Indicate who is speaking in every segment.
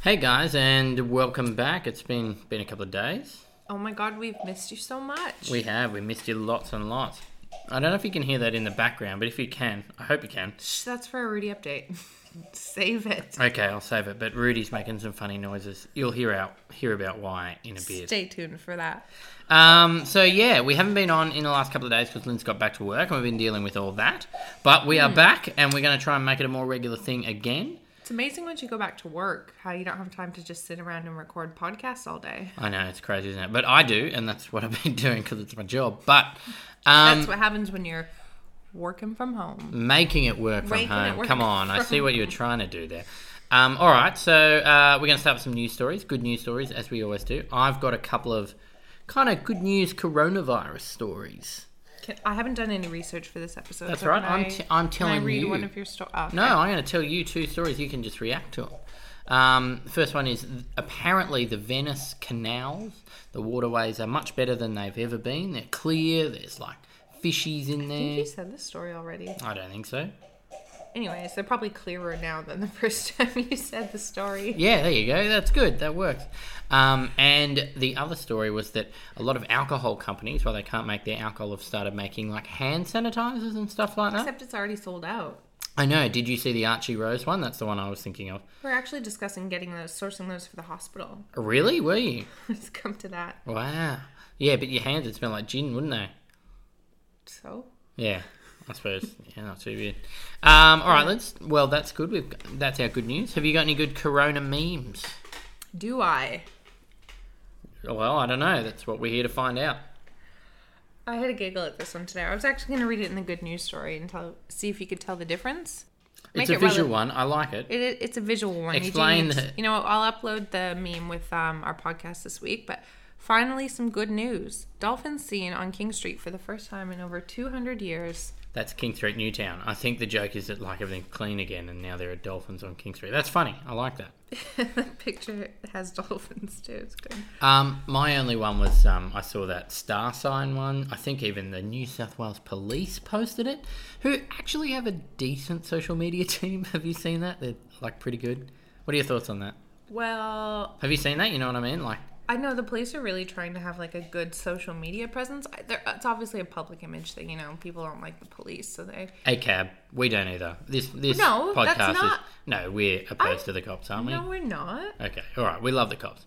Speaker 1: Hey guys, and welcome back. It's been been a couple of days.
Speaker 2: Oh my god, we've missed you so much.
Speaker 1: We have we missed you lots and lots. I don't know if you can hear that in the background, but if you can, I hope you can.
Speaker 2: Shh, That's for a Rudy update. Save it.
Speaker 1: Okay, I'll save it. But Rudy's making some funny noises. You'll hear out hear about why in a bit.
Speaker 2: Stay tuned for that.
Speaker 1: Um, so yeah, we haven't been on in the last couple of days because Lynn's got back to work and we've been dealing with all that. But
Speaker 2: Hmm.
Speaker 1: we are back, and we're going to try and make it a more regular thing again.
Speaker 2: It's amazing once you go back to work how you don't have time to just sit around and record podcasts all day.
Speaker 1: I know it's crazy, isn't it? But I do, and that's what I've been doing because it's my job. But um, Mm.
Speaker 2: That's what happens when you're working from home.
Speaker 1: making it work from
Speaker 2: Making it
Speaker 1: home.
Speaker 2: work
Speaker 1: Come on, I
Speaker 2: from
Speaker 1: see what you're trying to do there. Um, all right, so uh, we're going to start with some news stories, good news stories, as we always do. I've got a couple of kind of good news coronavirus stories.
Speaker 2: Can, I haven't done any research for this episode.
Speaker 1: That's
Speaker 2: so
Speaker 1: right.
Speaker 2: can
Speaker 1: I'm,
Speaker 2: I-
Speaker 1: t- I'm
Speaker 2: Can I
Speaker 1: telling
Speaker 2: read
Speaker 1: you.
Speaker 2: one of your stories? Oh,
Speaker 1: No, I'm going to tell you two stories. You can just react to them. Um, first one is apparently the Venice canals, the waterways are much better than they've ever been. They're clear. There's like fishies in
Speaker 2: I think
Speaker 1: there.
Speaker 2: you said this story already.
Speaker 1: I don't think so.
Speaker 2: Anyways, they're probably clearer now than the first time you said the story.
Speaker 1: Yeah, there you go. That's good. That works. Um, and the other story was that a lot of alcohol companies, while they can't make their alcohol, have started making like hand sanitizers and stuff like that.
Speaker 2: Except it's already sold out.
Speaker 1: I know. Did you see the Archie Rose one? That's the one I was thinking of.
Speaker 2: We're actually discussing getting those, sourcing those for the hospital.
Speaker 1: Really? Were you?
Speaker 2: Let's come to that.
Speaker 1: Wow. Yeah, but your hands would smell like gin, wouldn't they?
Speaker 2: So,
Speaker 1: Yeah, I suppose. yeah, not too bad. Um, all right, let's. Well, that's good. We've got, that's our good news. Have you got any good Corona memes?
Speaker 2: do I?
Speaker 1: Well, I don't know. That's what we're here to find out.
Speaker 2: I had a giggle at this one today. I was actually going to read it in the good news story and tell, see if you could tell the difference.
Speaker 1: It's
Speaker 2: Make
Speaker 1: a
Speaker 2: it
Speaker 1: visual one.
Speaker 2: relevant.
Speaker 1: I like it.
Speaker 2: It, it- it's a visual one. You do
Speaker 1: Explain
Speaker 2: need to-
Speaker 1: the-
Speaker 2: You know, what, I'll upload the meme with um, our podcast this week. But finally, some good news: dolphins seen on King Street for the first time in over 200 years.
Speaker 1: That's King Street, Newtown. I think the joke is that like everything's clean again, and now there are dolphins on King Street. That's funny. I like that.
Speaker 2: the picture has dolphins too. It's good.
Speaker 1: Um, my only one was um, I saw that star sign one. I think even the New South Wales Police posted it, who actually have a decent social media team. have you seen that? They're like pretty good. What are your thoughts on that?
Speaker 2: Well,
Speaker 1: Have you seen that? You know what I mean? Like,
Speaker 2: I know the police are really trying to have like a good social media presence. I- they're- It's obviously a public image thing. You know, people don't like the police, so they
Speaker 1: a cab. We don't either. This this
Speaker 2: No,
Speaker 1: podcast
Speaker 2: that's not-
Speaker 1: is no. We're opposed to the cops, aren't we?
Speaker 2: No, we're not.
Speaker 1: Okay, all right. We love the cops.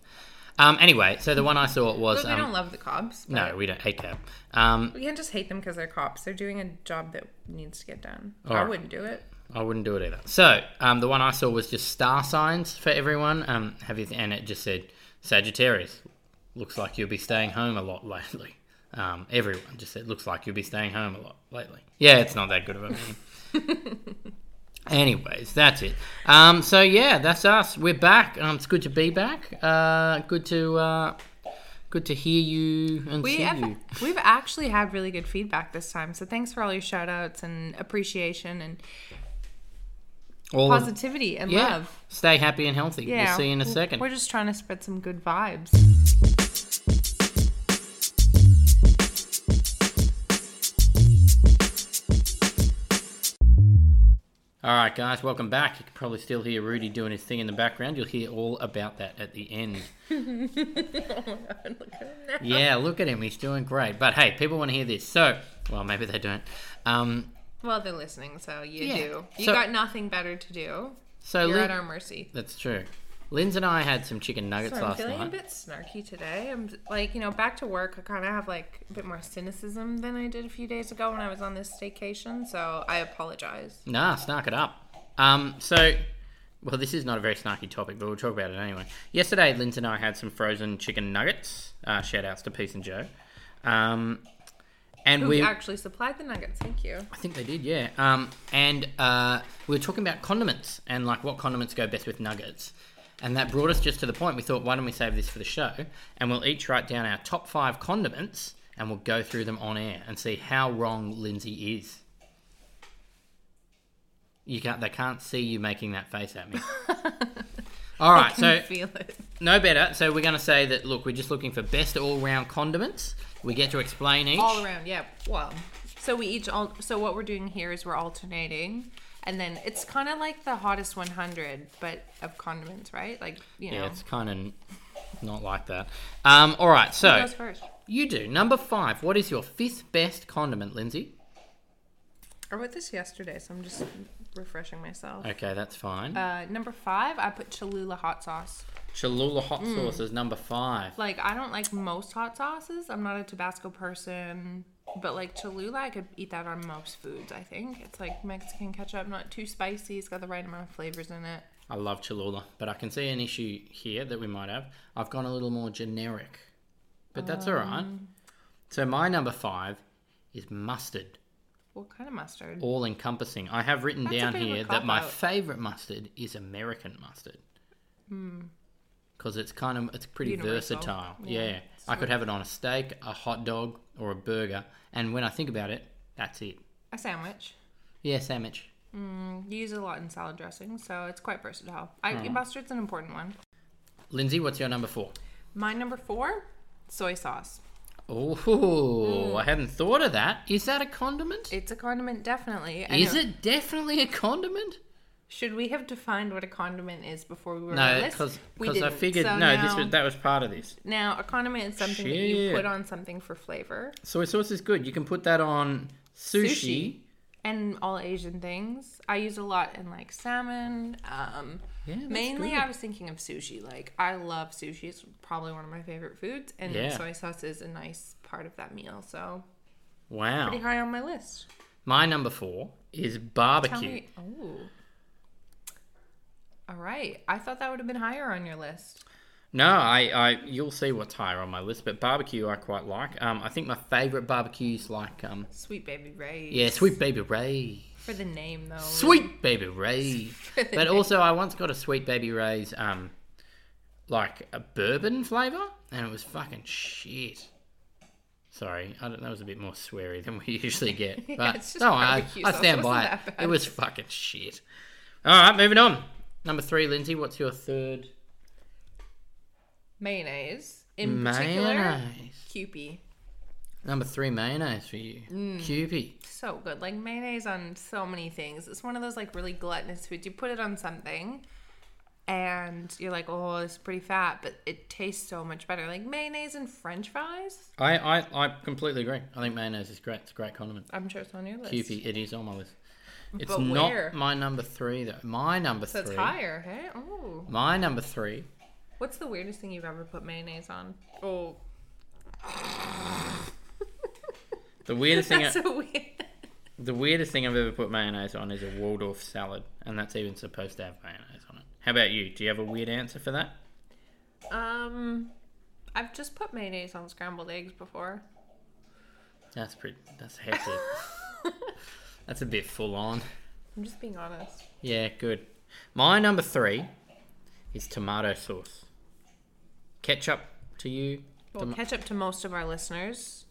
Speaker 1: Um, anyway, so the one I saw was
Speaker 2: But we
Speaker 1: um,
Speaker 2: don't love the cops. but
Speaker 1: no, we don't hate cab. Um,
Speaker 2: We can't just hate them because they're cops. They're doing a job that needs to get done. I
Speaker 1: Alright.
Speaker 2: wouldn't do it.
Speaker 1: I wouldn't do it either. So um, the one I saw was just star signs for everyone. Um, have you and it just said Sagittarius. Looks like you'll be staying home a lot lately. Um, everyone just said looks like you'll be staying home a lot lately. Yeah, it's not that good of a meme. Anyways, that's it. Um, so yeah, that's us. We're back. Um, it's good to be back. Uh, good to uh, good to hear you and
Speaker 2: We
Speaker 1: see
Speaker 2: have,
Speaker 1: you.
Speaker 2: we've actually had really good feedback this time. So thanks for all your shout outs and appreciation and
Speaker 1: All of-
Speaker 2: positivity and
Speaker 1: yeah.
Speaker 2: love.
Speaker 1: Stay happy and healthy.
Speaker 2: Yeah.
Speaker 1: We'll see you in a
Speaker 2: w-
Speaker 1: second.
Speaker 2: We're just trying to spread some good vibes.
Speaker 1: All right, guys, welcome back. You can probably still hear Rudy doing his thing in the background. You'll hear all about that at the end. Yeah, look at him. He's doing great. But hey, people want to hear this. So, well, maybe they don't. Um,
Speaker 2: Well, they're listening, so you
Speaker 1: Yeah.
Speaker 2: do. You
Speaker 1: So-
Speaker 2: got nothing better to do.
Speaker 1: so
Speaker 2: You're
Speaker 1: Lin-
Speaker 2: at our mercy.
Speaker 1: that's true. Linz and I had some chicken nuggets
Speaker 2: Sorry, I'm
Speaker 1: last
Speaker 2: feeling
Speaker 1: night.
Speaker 2: a bit snarky today. I'm like, you know, back to work. I kind of have like a bit more cynicism than I did a few days ago when I was on this staycation. So I apologize.
Speaker 1: Nah, snark it up. Um, so, well, this is not a very snarky topic, but we'll talk about it anyway. Yesterday, Linz and I had some frozen chicken nuggets. Uh, shout outs to Peace and Joe. Um, and
Speaker 2: Who
Speaker 1: we
Speaker 2: actually supplied the nuggets? Thank you.
Speaker 1: I think they did, yeah. Um, and uh, we were talking about condiments and like what condiments go best with nuggets. And that brought us just to the point. We thought, why don't we save this for the show? And we'll each write down our top five condiments and we'll go through them on air and see how wrong Lindsay is. You can't, they can't see you making that face at me. All right, so
Speaker 2: feel it.
Speaker 1: no better. So we're going to say that, look, we're just looking for best all round condiments. We get to explain each.
Speaker 2: All around, yeah. Well, so we each all. So what we're doing here is we're alternating, And then it's kind of like the hottest 100, but of condiments, right? Like, you know,
Speaker 1: Yeah, it's kind of not like that. Um, all right, so
Speaker 2: who goes first?
Speaker 1: you do number five. What is your fifth best condiment, Lindsay?
Speaker 2: I wrote this yesterday, so I'm just refreshing myself.
Speaker 1: Okay, that's fine.
Speaker 2: Uh, number five, I put Cholula hot sauce.
Speaker 1: Cholula hot sauce is number five.
Speaker 2: Like, I don't like most hot sauces. I'm not a Tabasco person, but like Cholula, I could eat that on most foods, I think. It's like Mexican ketchup, not too spicy. It's got the right amount of flavors in it.
Speaker 1: I love Cholula, but I can see an issue here that we might have. I've gone a little more generic, but that's all right. So my number five is mustard,
Speaker 2: What kind of mustard?
Speaker 1: all encompassing. I have written
Speaker 2: That's a
Speaker 1: down
Speaker 2: bit of a
Speaker 1: here that my
Speaker 2: cop-out.
Speaker 1: favorite mustard is American mustard. Because it's kind of it's pretty
Speaker 2: Hmm. Universal.
Speaker 1: versatile.
Speaker 2: Yeah,
Speaker 1: Yeah, I could have it on a steak, a hot dog, or a burger. And when I think about it, that's it.
Speaker 2: A sandwich.
Speaker 1: Yeah, sandwich.
Speaker 2: You use it a lot in salad dressing, so it's quite versatile. I,
Speaker 1: Hmm.
Speaker 2: Mustard's an important one.
Speaker 1: Lindsay, what's your number four?
Speaker 2: My number four, soy sauce.
Speaker 1: Oh, I
Speaker 2: Hmm.
Speaker 1: hadn't thought of that. Is that a condiment?
Speaker 2: It's a condiment, definitely. I
Speaker 1: Is
Speaker 2: know-
Speaker 1: it definitely a condiment?
Speaker 2: Should we have defined what a condiment is before we were on
Speaker 1: No,
Speaker 2: this?
Speaker 1: because
Speaker 2: we
Speaker 1: I
Speaker 2: didn't.
Speaker 1: figured
Speaker 2: So
Speaker 1: no,
Speaker 2: now,
Speaker 1: this was, that was part of this.
Speaker 2: now a condiment is something that you put
Speaker 1: Shit.
Speaker 2: on something for flavor.
Speaker 1: Soy sauce is good. You can put that on sushi.
Speaker 2: and all Asian things. I use a lot in like salmon. Um,
Speaker 1: Yeah, that's
Speaker 2: mainly,
Speaker 1: good.
Speaker 2: I was thinking of sushi. Like I love sushi; it's probably one of my favorite foods, and
Speaker 1: Yeah.
Speaker 2: soy sauce is a nice part of that meal. So pretty
Speaker 1: Wow.
Speaker 2: high on my list.
Speaker 1: My number four is
Speaker 2: Tell
Speaker 1: barbecue.
Speaker 2: me, oh, all right. I thought that would have been higher on your list.
Speaker 1: No, I, I, you'll see what's higher on my list, but barbecue I quite like. Um, I think my favorite barbecue is like um,
Speaker 2: Sweet baby Ray.
Speaker 1: yeah, sweet baby Ray.
Speaker 2: For the name though.
Speaker 1: Sweet baby Ray. but also, I once got a sweet baby Ray's, um, like a bourbon flavor, and it was fucking shit. Sorry, I don't, that was a bit more sweary than we usually get. But
Speaker 2: it's just
Speaker 1: no, I,
Speaker 2: barbecue
Speaker 1: I
Speaker 2: sauce.
Speaker 1: stand
Speaker 2: It
Speaker 1: by
Speaker 2: wasn't
Speaker 1: it.
Speaker 2: that
Speaker 1: It was fucking shit. All right, moving on. Number three, Lindsay. What's your third
Speaker 2: mayonnaise. In particular,
Speaker 1: mayonnaise?
Speaker 2: Kewpie.
Speaker 1: Number three, mayonnaise for you.
Speaker 2: Mm.
Speaker 1: Cupie.
Speaker 2: So good. Like mayonnaise on so many things. It's one of those like really gluttonous foods. You put it on something and you're like, oh, it's pretty fat, but it tastes so much better. Like mayonnaise and french fries.
Speaker 1: I, I, I completely agree. I think mayonnaise is great. It's a great condiment.
Speaker 2: I'm sure it's on your list.
Speaker 1: Kewpie, it is on my list. It's
Speaker 2: But
Speaker 1: not
Speaker 2: where?
Speaker 1: my number three though. My number
Speaker 2: So it's
Speaker 1: three.
Speaker 2: higher, hey? Oh.
Speaker 1: My number three.
Speaker 2: What's the weirdest thing you've ever put mayonnaise on? Oh,
Speaker 1: The weirdest thing.
Speaker 2: that's so weird.
Speaker 1: the weirdest thing I've ever put mayonnaise on is a Waldorf salad, and that's even supposed to have mayonnaise on it. How about you? Do you have a weird answer for that?
Speaker 2: Um, I've just put mayonnaise on scrambled eggs before.
Speaker 1: That's pretty. That's hectic. that's a bit full on.
Speaker 2: I'm just being honest.
Speaker 1: Yeah, good. My number three is tomato sauce. Ketchup to you.
Speaker 2: Well, ketchup to most of our listeners.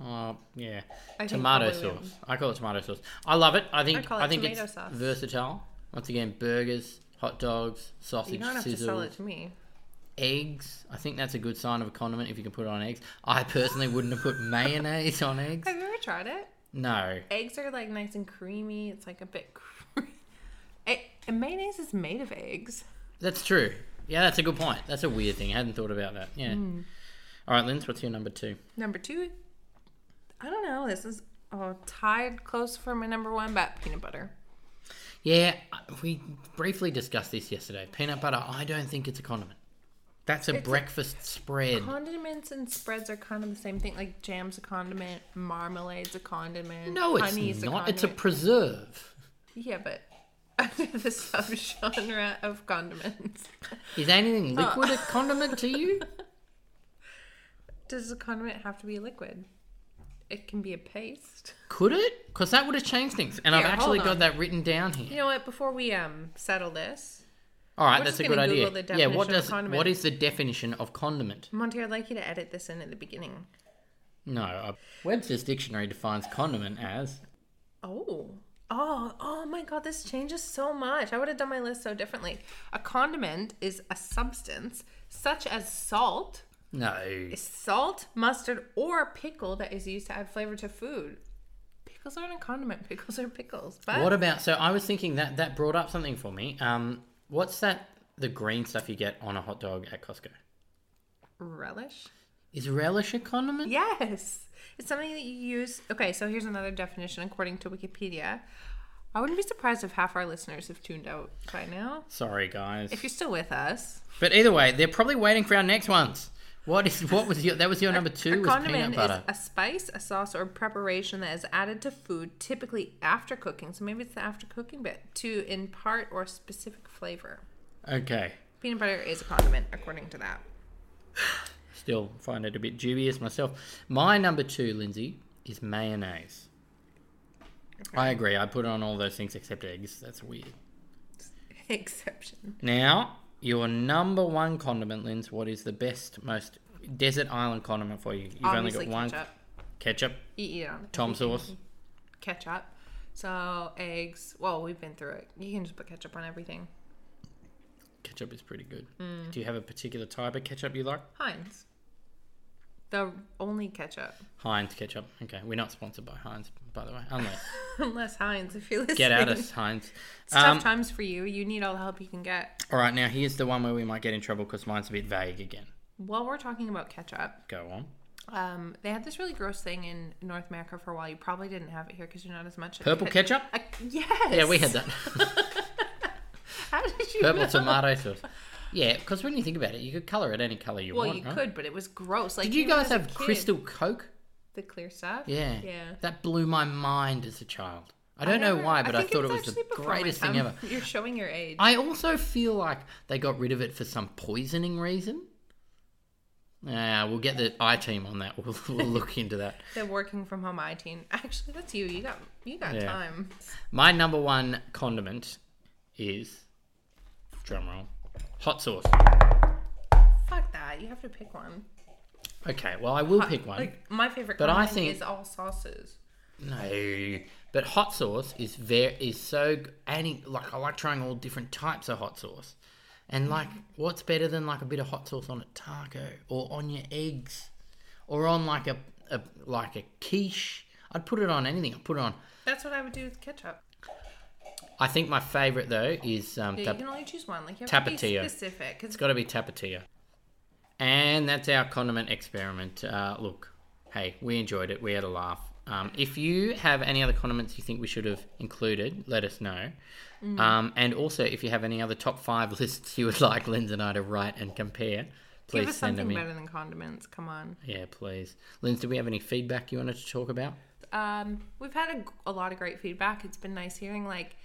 Speaker 1: Oh, yeah.
Speaker 2: I think
Speaker 1: tomato
Speaker 2: probably we-
Speaker 1: sauce. I call it tomato sauce. I love it. I think I,
Speaker 2: I call it
Speaker 1: think
Speaker 2: tomato
Speaker 1: it's
Speaker 2: sauce.
Speaker 1: versatile. Once again, burgers, hot dogs,
Speaker 2: You
Speaker 1: sausage,
Speaker 2: don't have to sell
Speaker 1: sizzle,
Speaker 2: it to me.
Speaker 1: eggs. I think that's a good sign of a condiment if you can put it on eggs. I personally wouldn't have put mayonnaise on eggs.
Speaker 2: Have you ever tried it?
Speaker 1: No.
Speaker 2: eggs are like nice and creamy. It's like a bit. Cre- it, and mayonnaise is made of eggs.
Speaker 1: That's true. Yeah, that's a good point. That's a weird thing. I hadn't thought about that. Yeah.
Speaker 2: Hmm.
Speaker 1: All right, Linz, what's your number two?
Speaker 2: Number two, I don't know. This is oh tied close for my number one, but peanut butter.
Speaker 1: Yeah, we briefly discussed this yesterday. Peanut butter, I don't think it's a condiment. That's a breakfast spread.
Speaker 2: Condiments and spreads are kind of the same thing. Like jam's a condiment, marmalade's a condiment.
Speaker 1: no, it's
Speaker 2: honey's
Speaker 1: not.
Speaker 2: A
Speaker 1: it's a
Speaker 2: condiment.
Speaker 1: preserve.
Speaker 2: yeah, but under the subgenre of condiments,
Speaker 1: Is anything
Speaker 2: Oh.
Speaker 1: liquid a condiment to you?
Speaker 2: does a condiment have to be a liquid? It can be a paste.
Speaker 1: Could it? Because that would have changed things. And I've
Speaker 2: Here,
Speaker 1: actually
Speaker 2: hold
Speaker 1: got
Speaker 2: on.
Speaker 1: that written down here.
Speaker 2: You know what? Before we um settle this,
Speaker 1: All right,
Speaker 2: We're
Speaker 1: that's
Speaker 2: just
Speaker 1: a good
Speaker 2: gonna
Speaker 1: idea.
Speaker 2: Google the
Speaker 1: yeah, what
Speaker 2: definition of
Speaker 1: does
Speaker 2: condiment.
Speaker 1: what is the definition of condiment?
Speaker 2: Monty, I'd like you to edit this in at the beginning.
Speaker 1: No, uh, Webster's dictionary defines condiment as
Speaker 2: Oh. Oh, oh my god, this changes so much. I would have done my list so differently. A condiment is a substance such as salt,
Speaker 1: no.
Speaker 2: salt, mustard, or pickle that is used to add flavor to food. Pickles aren't a condiment. Pickles are pickles. But
Speaker 1: What about? So I was thinking that that brought up something for me. Um, what's that? The green stuff you get on a hot dog at Costco
Speaker 2: relish?
Speaker 1: is relish a condiment?
Speaker 2: Yes. It's something that you use. Okay, so here's another definition according to Wikipedia. I wouldn't be surprised if half our listeners have tuned out by now.
Speaker 1: Sorry, guys.
Speaker 2: If you're still with us,
Speaker 1: But either way, they're probably waiting for our next ones. What is? What was your? That was your number
Speaker 2: a
Speaker 1: two. Was peanut
Speaker 2: condiment is
Speaker 1: butter.
Speaker 2: a spice, a sauce, or preparation that is added to food, typically after cooking. So maybe it's the after cooking bit to impart or specific flavor.
Speaker 1: Okay.
Speaker 2: Peanut butter is a condiment, according to that.
Speaker 1: Still find it a bit dubious myself. My number two, Lindsay, is mayonnaise. I agree. I put on all those things except eggs. That's weird.
Speaker 2: Exception.
Speaker 1: Now, your number one condiment, Linz. What is the best, most desert island condiment for you? You've
Speaker 2: Obviously,
Speaker 1: only got
Speaker 2: ketchup.
Speaker 1: one ketchup,
Speaker 2: You eat it on
Speaker 1: Tom
Speaker 2: you
Speaker 1: sauce.
Speaker 2: can- Ketchup. So eggs. Well, we've been through it. You can just put ketchup on everything.
Speaker 1: Ketchup is pretty good.
Speaker 2: Mm.
Speaker 1: Do you have a particular type of ketchup you like?
Speaker 2: Heinz. The only ketchup.
Speaker 1: Heinz ketchup. Okay, we're not sponsored by Heinz, by the way. Unless
Speaker 2: Unless Heinz, if you're listening.
Speaker 1: get out of Heinz.
Speaker 2: It's
Speaker 1: Um,
Speaker 2: tough times for you. You need all the help you can get.
Speaker 1: all right, now here's the one where we might get in trouble because mine's a bit vague again.
Speaker 2: While we're talking about ketchup,
Speaker 1: Go on.
Speaker 2: um, they had this really gross thing in North America for a while. You probably didn't have it here because you're not as much.
Speaker 1: Purple ketchup.
Speaker 2: A, yes.
Speaker 1: Yeah, we had that.
Speaker 2: How did you?
Speaker 1: Purple
Speaker 2: know?
Speaker 1: tomato sauce. Yeah, because when you think about it, you could color it any color you
Speaker 2: Well,
Speaker 1: want.
Speaker 2: you
Speaker 1: right?
Speaker 2: could, but it was gross. Like
Speaker 1: Did you
Speaker 2: even
Speaker 1: guys
Speaker 2: as a
Speaker 1: have
Speaker 2: kid-
Speaker 1: Crystal Coke?
Speaker 2: the clear stuff?
Speaker 1: Yeah.
Speaker 2: Yeah.
Speaker 1: That blew my mind as a child. I don't know
Speaker 2: never-
Speaker 1: why, but I,
Speaker 2: think
Speaker 1: thought it
Speaker 2: it's
Speaker 1: was the
Speaker 2: actually before my
Speaker 1: greatest thing
Speaker 2: time.
Speaker 1: ever.
Speaker 2: You're showing your age.
Speaker 1: I also feel like they got rid of it for some poisoning reason. Yeah, we'll get the I team on that. We'll, we'll look into that.
Speaker 2: the working from home I teen. Actually, that's you. You got you got
Speaker 1: Yeah.
Speaker 2: time.
Speaker 1: My number one condiment is drumroll, hot sauce.
Speaker 2: Fuck that. You have to pick one.
Speaker 1: Okay, well I will pick one.
Speaker 2: Like my favorite
Speaker 1: But I
Speaker 2: condiment
Speaker 1: think-
Speaker 2: is all sauces.
Speaker 1: No, but hot sauce is very is so g- any like I like trying all different types of hot sauce, and like what's better than like a bit of hot sauce on a taco or on your eggs, or on like a, a like a quiche. I'd put it on anything. I'd put it on.
Speaker 2: That's what I would do with ketchup.
Speaker 1: I think my favorite though is um,
Speaker 2: Yeah,
Speaker 1: tap-
Speaker 2: you can only choose one. Like you have to be
Speaker 1: Tapatio.
Speaker 2: specific. 'cause
Speaker 1: it's got to be tapatio. And that's our condiment experiment. Uh, look, hey, we enjoyed it. We had a laugh. Um, if you have any other condiments you think we should have included, let us know.
Speaker 2: Mm.
Speaker 1: Um, and also, if you have any other top five lists you would like Linz and I to write and compare, please
Speaker 2: give us
Speaker 1: send
Speaker 2: something
Speaker 1: them in.
Speaker 2: better than condiments. Come on.
Speaker 1: Yeah, please. Linz, do we have any feedback you wanted to talk about?
Speaker 2: Um, we've had a g- a, lot of great feedback. It's been nice hearing like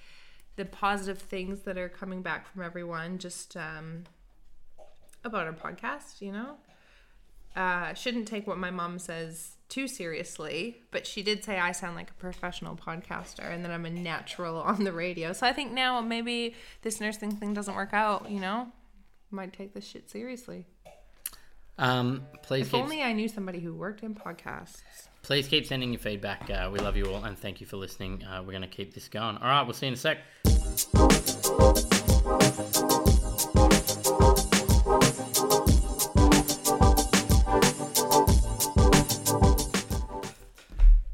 Speaker 2: the positive things that are coming back from everyone just um, about our podcast. You know, uh, shouldn't take what my mom says too seriously, but she did say I sound like a professional podcaster and that I'm a natural on the radio. So I think now maybe this nursing thing doesn't work out. You know, might take this shit seriously.
Speaker 1: Um, please
Speaker 2: If
Speaker 1: keep,
Speaker 2: only I knew somebody who worked in podcasts.
Speaker 1: please keep sending your feedback. Uh, we love you all and thank you for listening. Uh, we're going to keep this going. All right, we'll see you in a sec.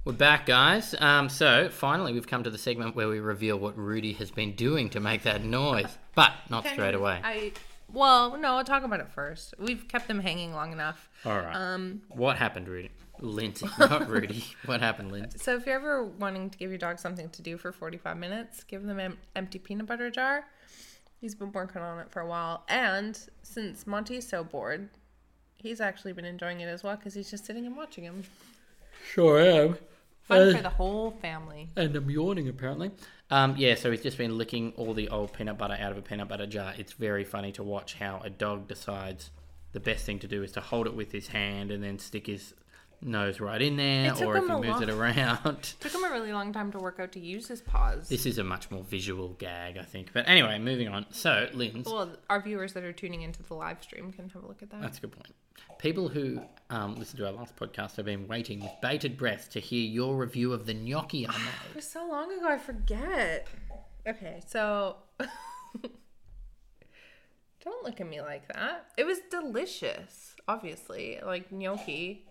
Speaker 1: We're back, guys. Um, so finally, we've come to the segment where we reveal what Rudy has been doing to make that noise, but not straight away.
Speaker 2: I well, no, I'll talk about it first. We've kept them hanging long enough.
Speaker 1: All right.
Speaker 2: Um,
Speaker 1: what happened, Rudy? Lindsay, not Rudy. what happened, Lindsay?
Speaker 2: so if you're ever wanting to give your dog something to do for 45 minutes, give them an empty peanut butter jar. He's been working on it for a while, and since Monty's so bored, he's actually been enjoying it as well because he's just sitting and watching him.
Speaker 1: Sure am.
Speaker 2: Fun
Speaker 1: Uh.
Speaker 2: for the whole family.
Speaker 1: And I'm yawning apparently. Um, yeah, so he's just been licking all the old peanut butter out of a peanut butter jar. It's very funny to watch how a dog decides the best thing to do is to hold it with his hand and then stick his nose right in there,
Speaker 2: It took
Speaker 1: or if
Speaker 2: him
Speaker 1: he
Speaker 2: a
Speaker 1: moves it
Speaker 2: while.
Speaker 1: around.
Speaker 2: Took him a really long time to work out to use his paws.
Speaker 1: this is a much more visual gag, I think. But anyway, moving on. So, Linz,
Speaker 2: well, our viewers that are tuning into the live stream can have a look at that.
Speaker 1: that's a good point. People who um, listened to our last podcast have been waiting with bated breath to hear your review of the gnocchi I made.
Speaker 2: It was so long ago, I forget. Okay, so don't look at me like that. It was delicious, obviously, like gnocchi,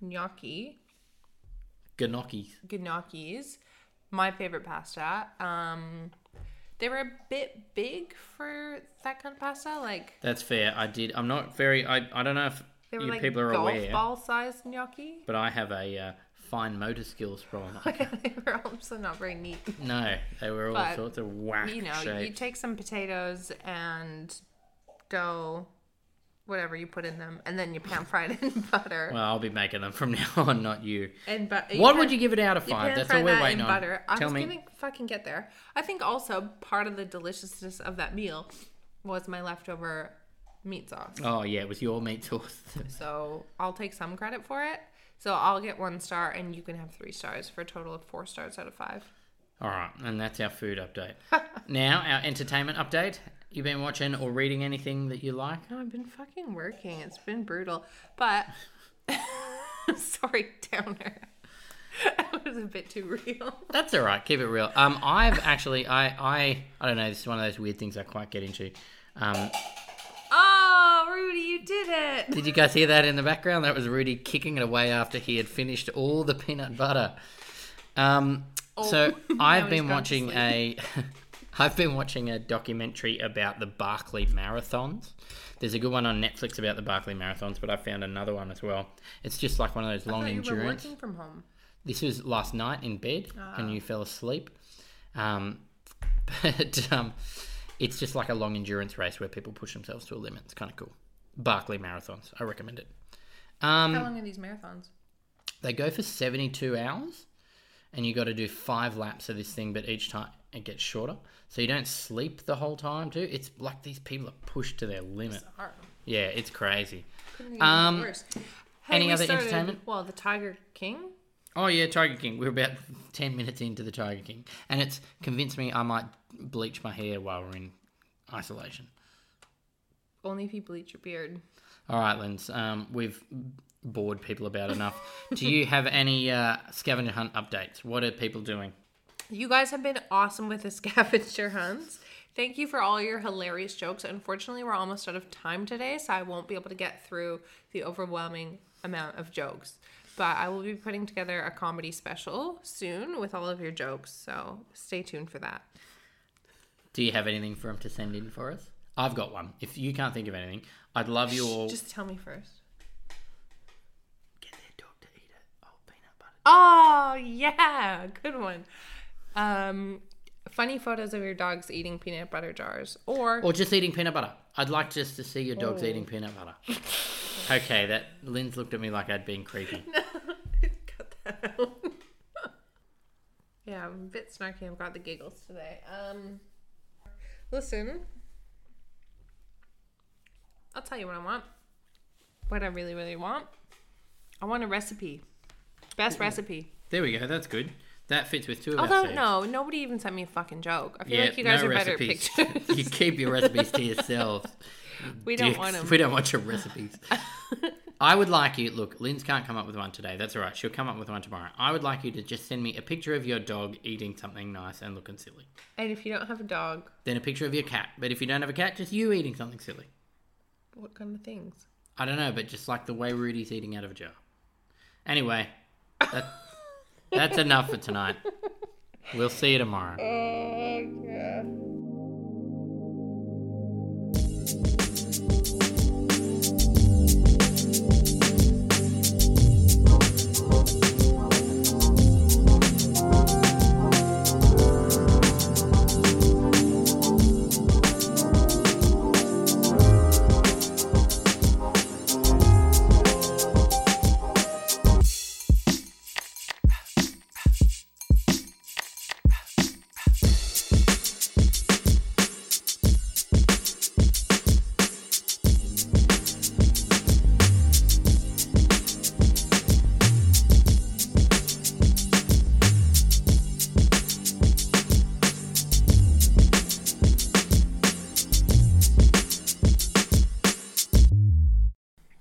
Speaker 2: gnocchi.
Speaker 1: gnocchis.
Speaker 2: gnocchis. My favorite pasta. Um, they were a bit big for that kind of pasta. Like
Speaker 1: That's fair. I did. I'm not very. I, I don't know if
Speaker 2: they were
Speaker 1: you
Speaker 2: like
Speaker 1: people are
Speaker 2: golf
Speaker 1: aware,
Speaker 2: ball sized gnocchi.
Speaker 1: but I have a uh, fine motor skills problem. I can't-
Speaker 2: they were also not very neat.
Speaker 1: no, they were all
Speaker 2: But,
Speaker 1: sorts of whack
Speaker 2: You know, you
Speaker 1: shapes.
Speaker 2: take some potatoes and dough, whatever you put in them, and then you pan fry it in butter.
Speaker 1: well, I'll be making them from now on, not you.
Speaker 2: and but
Speaker 1: What would you give it out of five?
Speaker 2: pan
Speaker 1: That's
Speaker 2: fry
Speaker 1: all we're
Speaker 2: that
Speaker 1: waiting
Speaker 2: in
Speaker 1: on.
Speaker 2: butter. I
Speaker 1: Tell
Speaker 2: was
Speaker 1: me.
Speaker 2: gonna fucking get there. I think also part of the deliciousness of that meal was my leftover meat sauce.
Speaker 1: Oh yeah, it was your meat sauce.
Speaker 2: So I'll take some credit for it. So I'll get one star, and you can have three stars for a total of four stars out of five.
Speaker 1: all right, and that's our food update. now our entertainment update. You been watching or reading anything that you like?
Speaker 2: No, I've been fucking working. It's been brutal, but sorry, downer. That was a bit too real.
Speaker 1: That's all right. Keep it real. Um, I've actually, I, I, I don't know. This is one of those weird things I quite get into. Um,
Speaker 2: Oh, Rudy, you did it!
Speaker 1: Did you guys hear that in the background? That was Rudy kicking it away after he had finished all the peanut butter. Um, so
Speaker 2: Oh, now
Speaker 1: I've
Speaker 2: he's
Speaker 1: been
Speaker 2: gone to
Speaker 1: watching
Speaker 2: sleep.
Speaker 1: a, I've been watching a documentary about the Barclay marathons. There's a good one on Netflix about the Barclay marathons, but I found another one as well. It's just like one of those long
Speaker 2: Thought you were
Speaker 1: endurance.
Speaker 2: working from home.
Speaker 1: This was last night in bed, and you fell asleep. Um, but um, it's just like a long endurance race where people push themselves to a limit. It's kind of cool. Barclay marathons. I recommend it. Um,
Speaker 2: How long are these marathons?
Speaker 1: They go for 72 hours, and you got to do five laps of this thing, but each time it gets shorter. So you don't sleep the whole time, too. It's like these people are pushed to their limit.
Speaker 2: Hard.
Speaker 1: Yeah, it's crazy.
Speaker 2: Couldn't be
Speaker 1: Um,
Speaker 2: worse. Hey,
Speaker 1: any
Speaker 2: we
Speaker 1: other entertainment?
Speaker 2: Well, the Tiger King.
Speaker 1: Oh yeah, Tiger King. We're about ten minutes into the Tiger King, and it's convinced me I might bleach my hair while we're in isolation.
Speaker 2: Only if you bleach your beard.
Speaker 1: All right, Lens. Um, we've bored people about enough. Do you have any uh, scavenger hunt updates? What are people doing?
Speaker 2: You guys have been awesome with the scavenger hunts. Thank you for all your hilarious jokes. Unfortunately, we're almost out of time today, so I won't be able to get through the overwhelming amount of jokes. But I will be putting together a comedy special soon with all of your jokes, so stay tuned for that.
Speaker 1: Do you have anything for them to send in for us? I've got one. If you can't think of anything, I'd love you all.
Speaker 2: Just tell me first.
Speaker 1: get their dog to eat it. Oh, peanut butter.
Speaker 2: Oh, yeah, good one. Um, funny photos of your dogs eating peanut butter jars or
Speaker 1: Or just eating peanut butter. I'd like just to see your dogs eating peanut butter. okay, that Lynn's looked at me like I'd been creepy.
Speaker 2: Cut that out. yeah, I'm a bit snarky. I've got the giggles today. Um, listen, I'll tell you what I want. What I really, really want. I want a recipe. Best recipe.
Speaker 1: There we go. That's good. That fits with two of
Speaker 2: Although
Speaker 1: our saves.
Speaker 2: no, nobody even sent me a fucking joke. I feel
Speaker 1: Yeah,
Speaker 2: like you guys
Speaker 1: no
Speaker 2: are better at
Speaker 1: recipes.
Speaker 2: pictures.
Speaker 1: you keep your recipes to yourselves.
Speaker 2: we don't
Speaker 1: dicks.
Speaker 2: want them.
Speaker 1: We don't want your recipes. I would like you. Look, Lynn's can't come up with one today. That's all right. She'll come up with one tomorrow. I would like you to just send me a picture of your dog eating something nice and looking silly.
Speaker 2: And if you don't have a dog,
Speaker 1: Then a picture of your cat. But if you don't have a cat, just you eating something silly.
Speaker 2: what kind of things?
Speaker 1: I don't know, but just like the way Rudy's eating out of a jar. Anyway, that, that's enough for tonight. We'll see you tomorrow.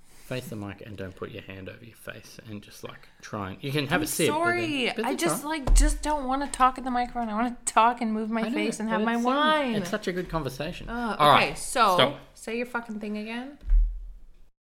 Speaker 1: Face the mic and don't put your hand over your face and just like trying. You can have a sip. but then-
Speaker 2: Sorry,
Speaker 1: but
Speaker 2: I
Speaker 1: it's
Speaker 2: just
Speaker 1: all right.
Speaker 2: like just don't want to talk at the microphone. I want to talk and move my
Speaker 1: I know,
Speaker 2: face and
Speaker 1: but
Speaker 2: have my
Speaker 1: it's so-
Speaker 2: wine.
Speaker 1: It's such a good conversation.
Speaker 2: Uh, okay,
Speaker 1: All right,
Speaker 2: so
Speaker 1: stop.
Speaker 2: say your fucking thing again.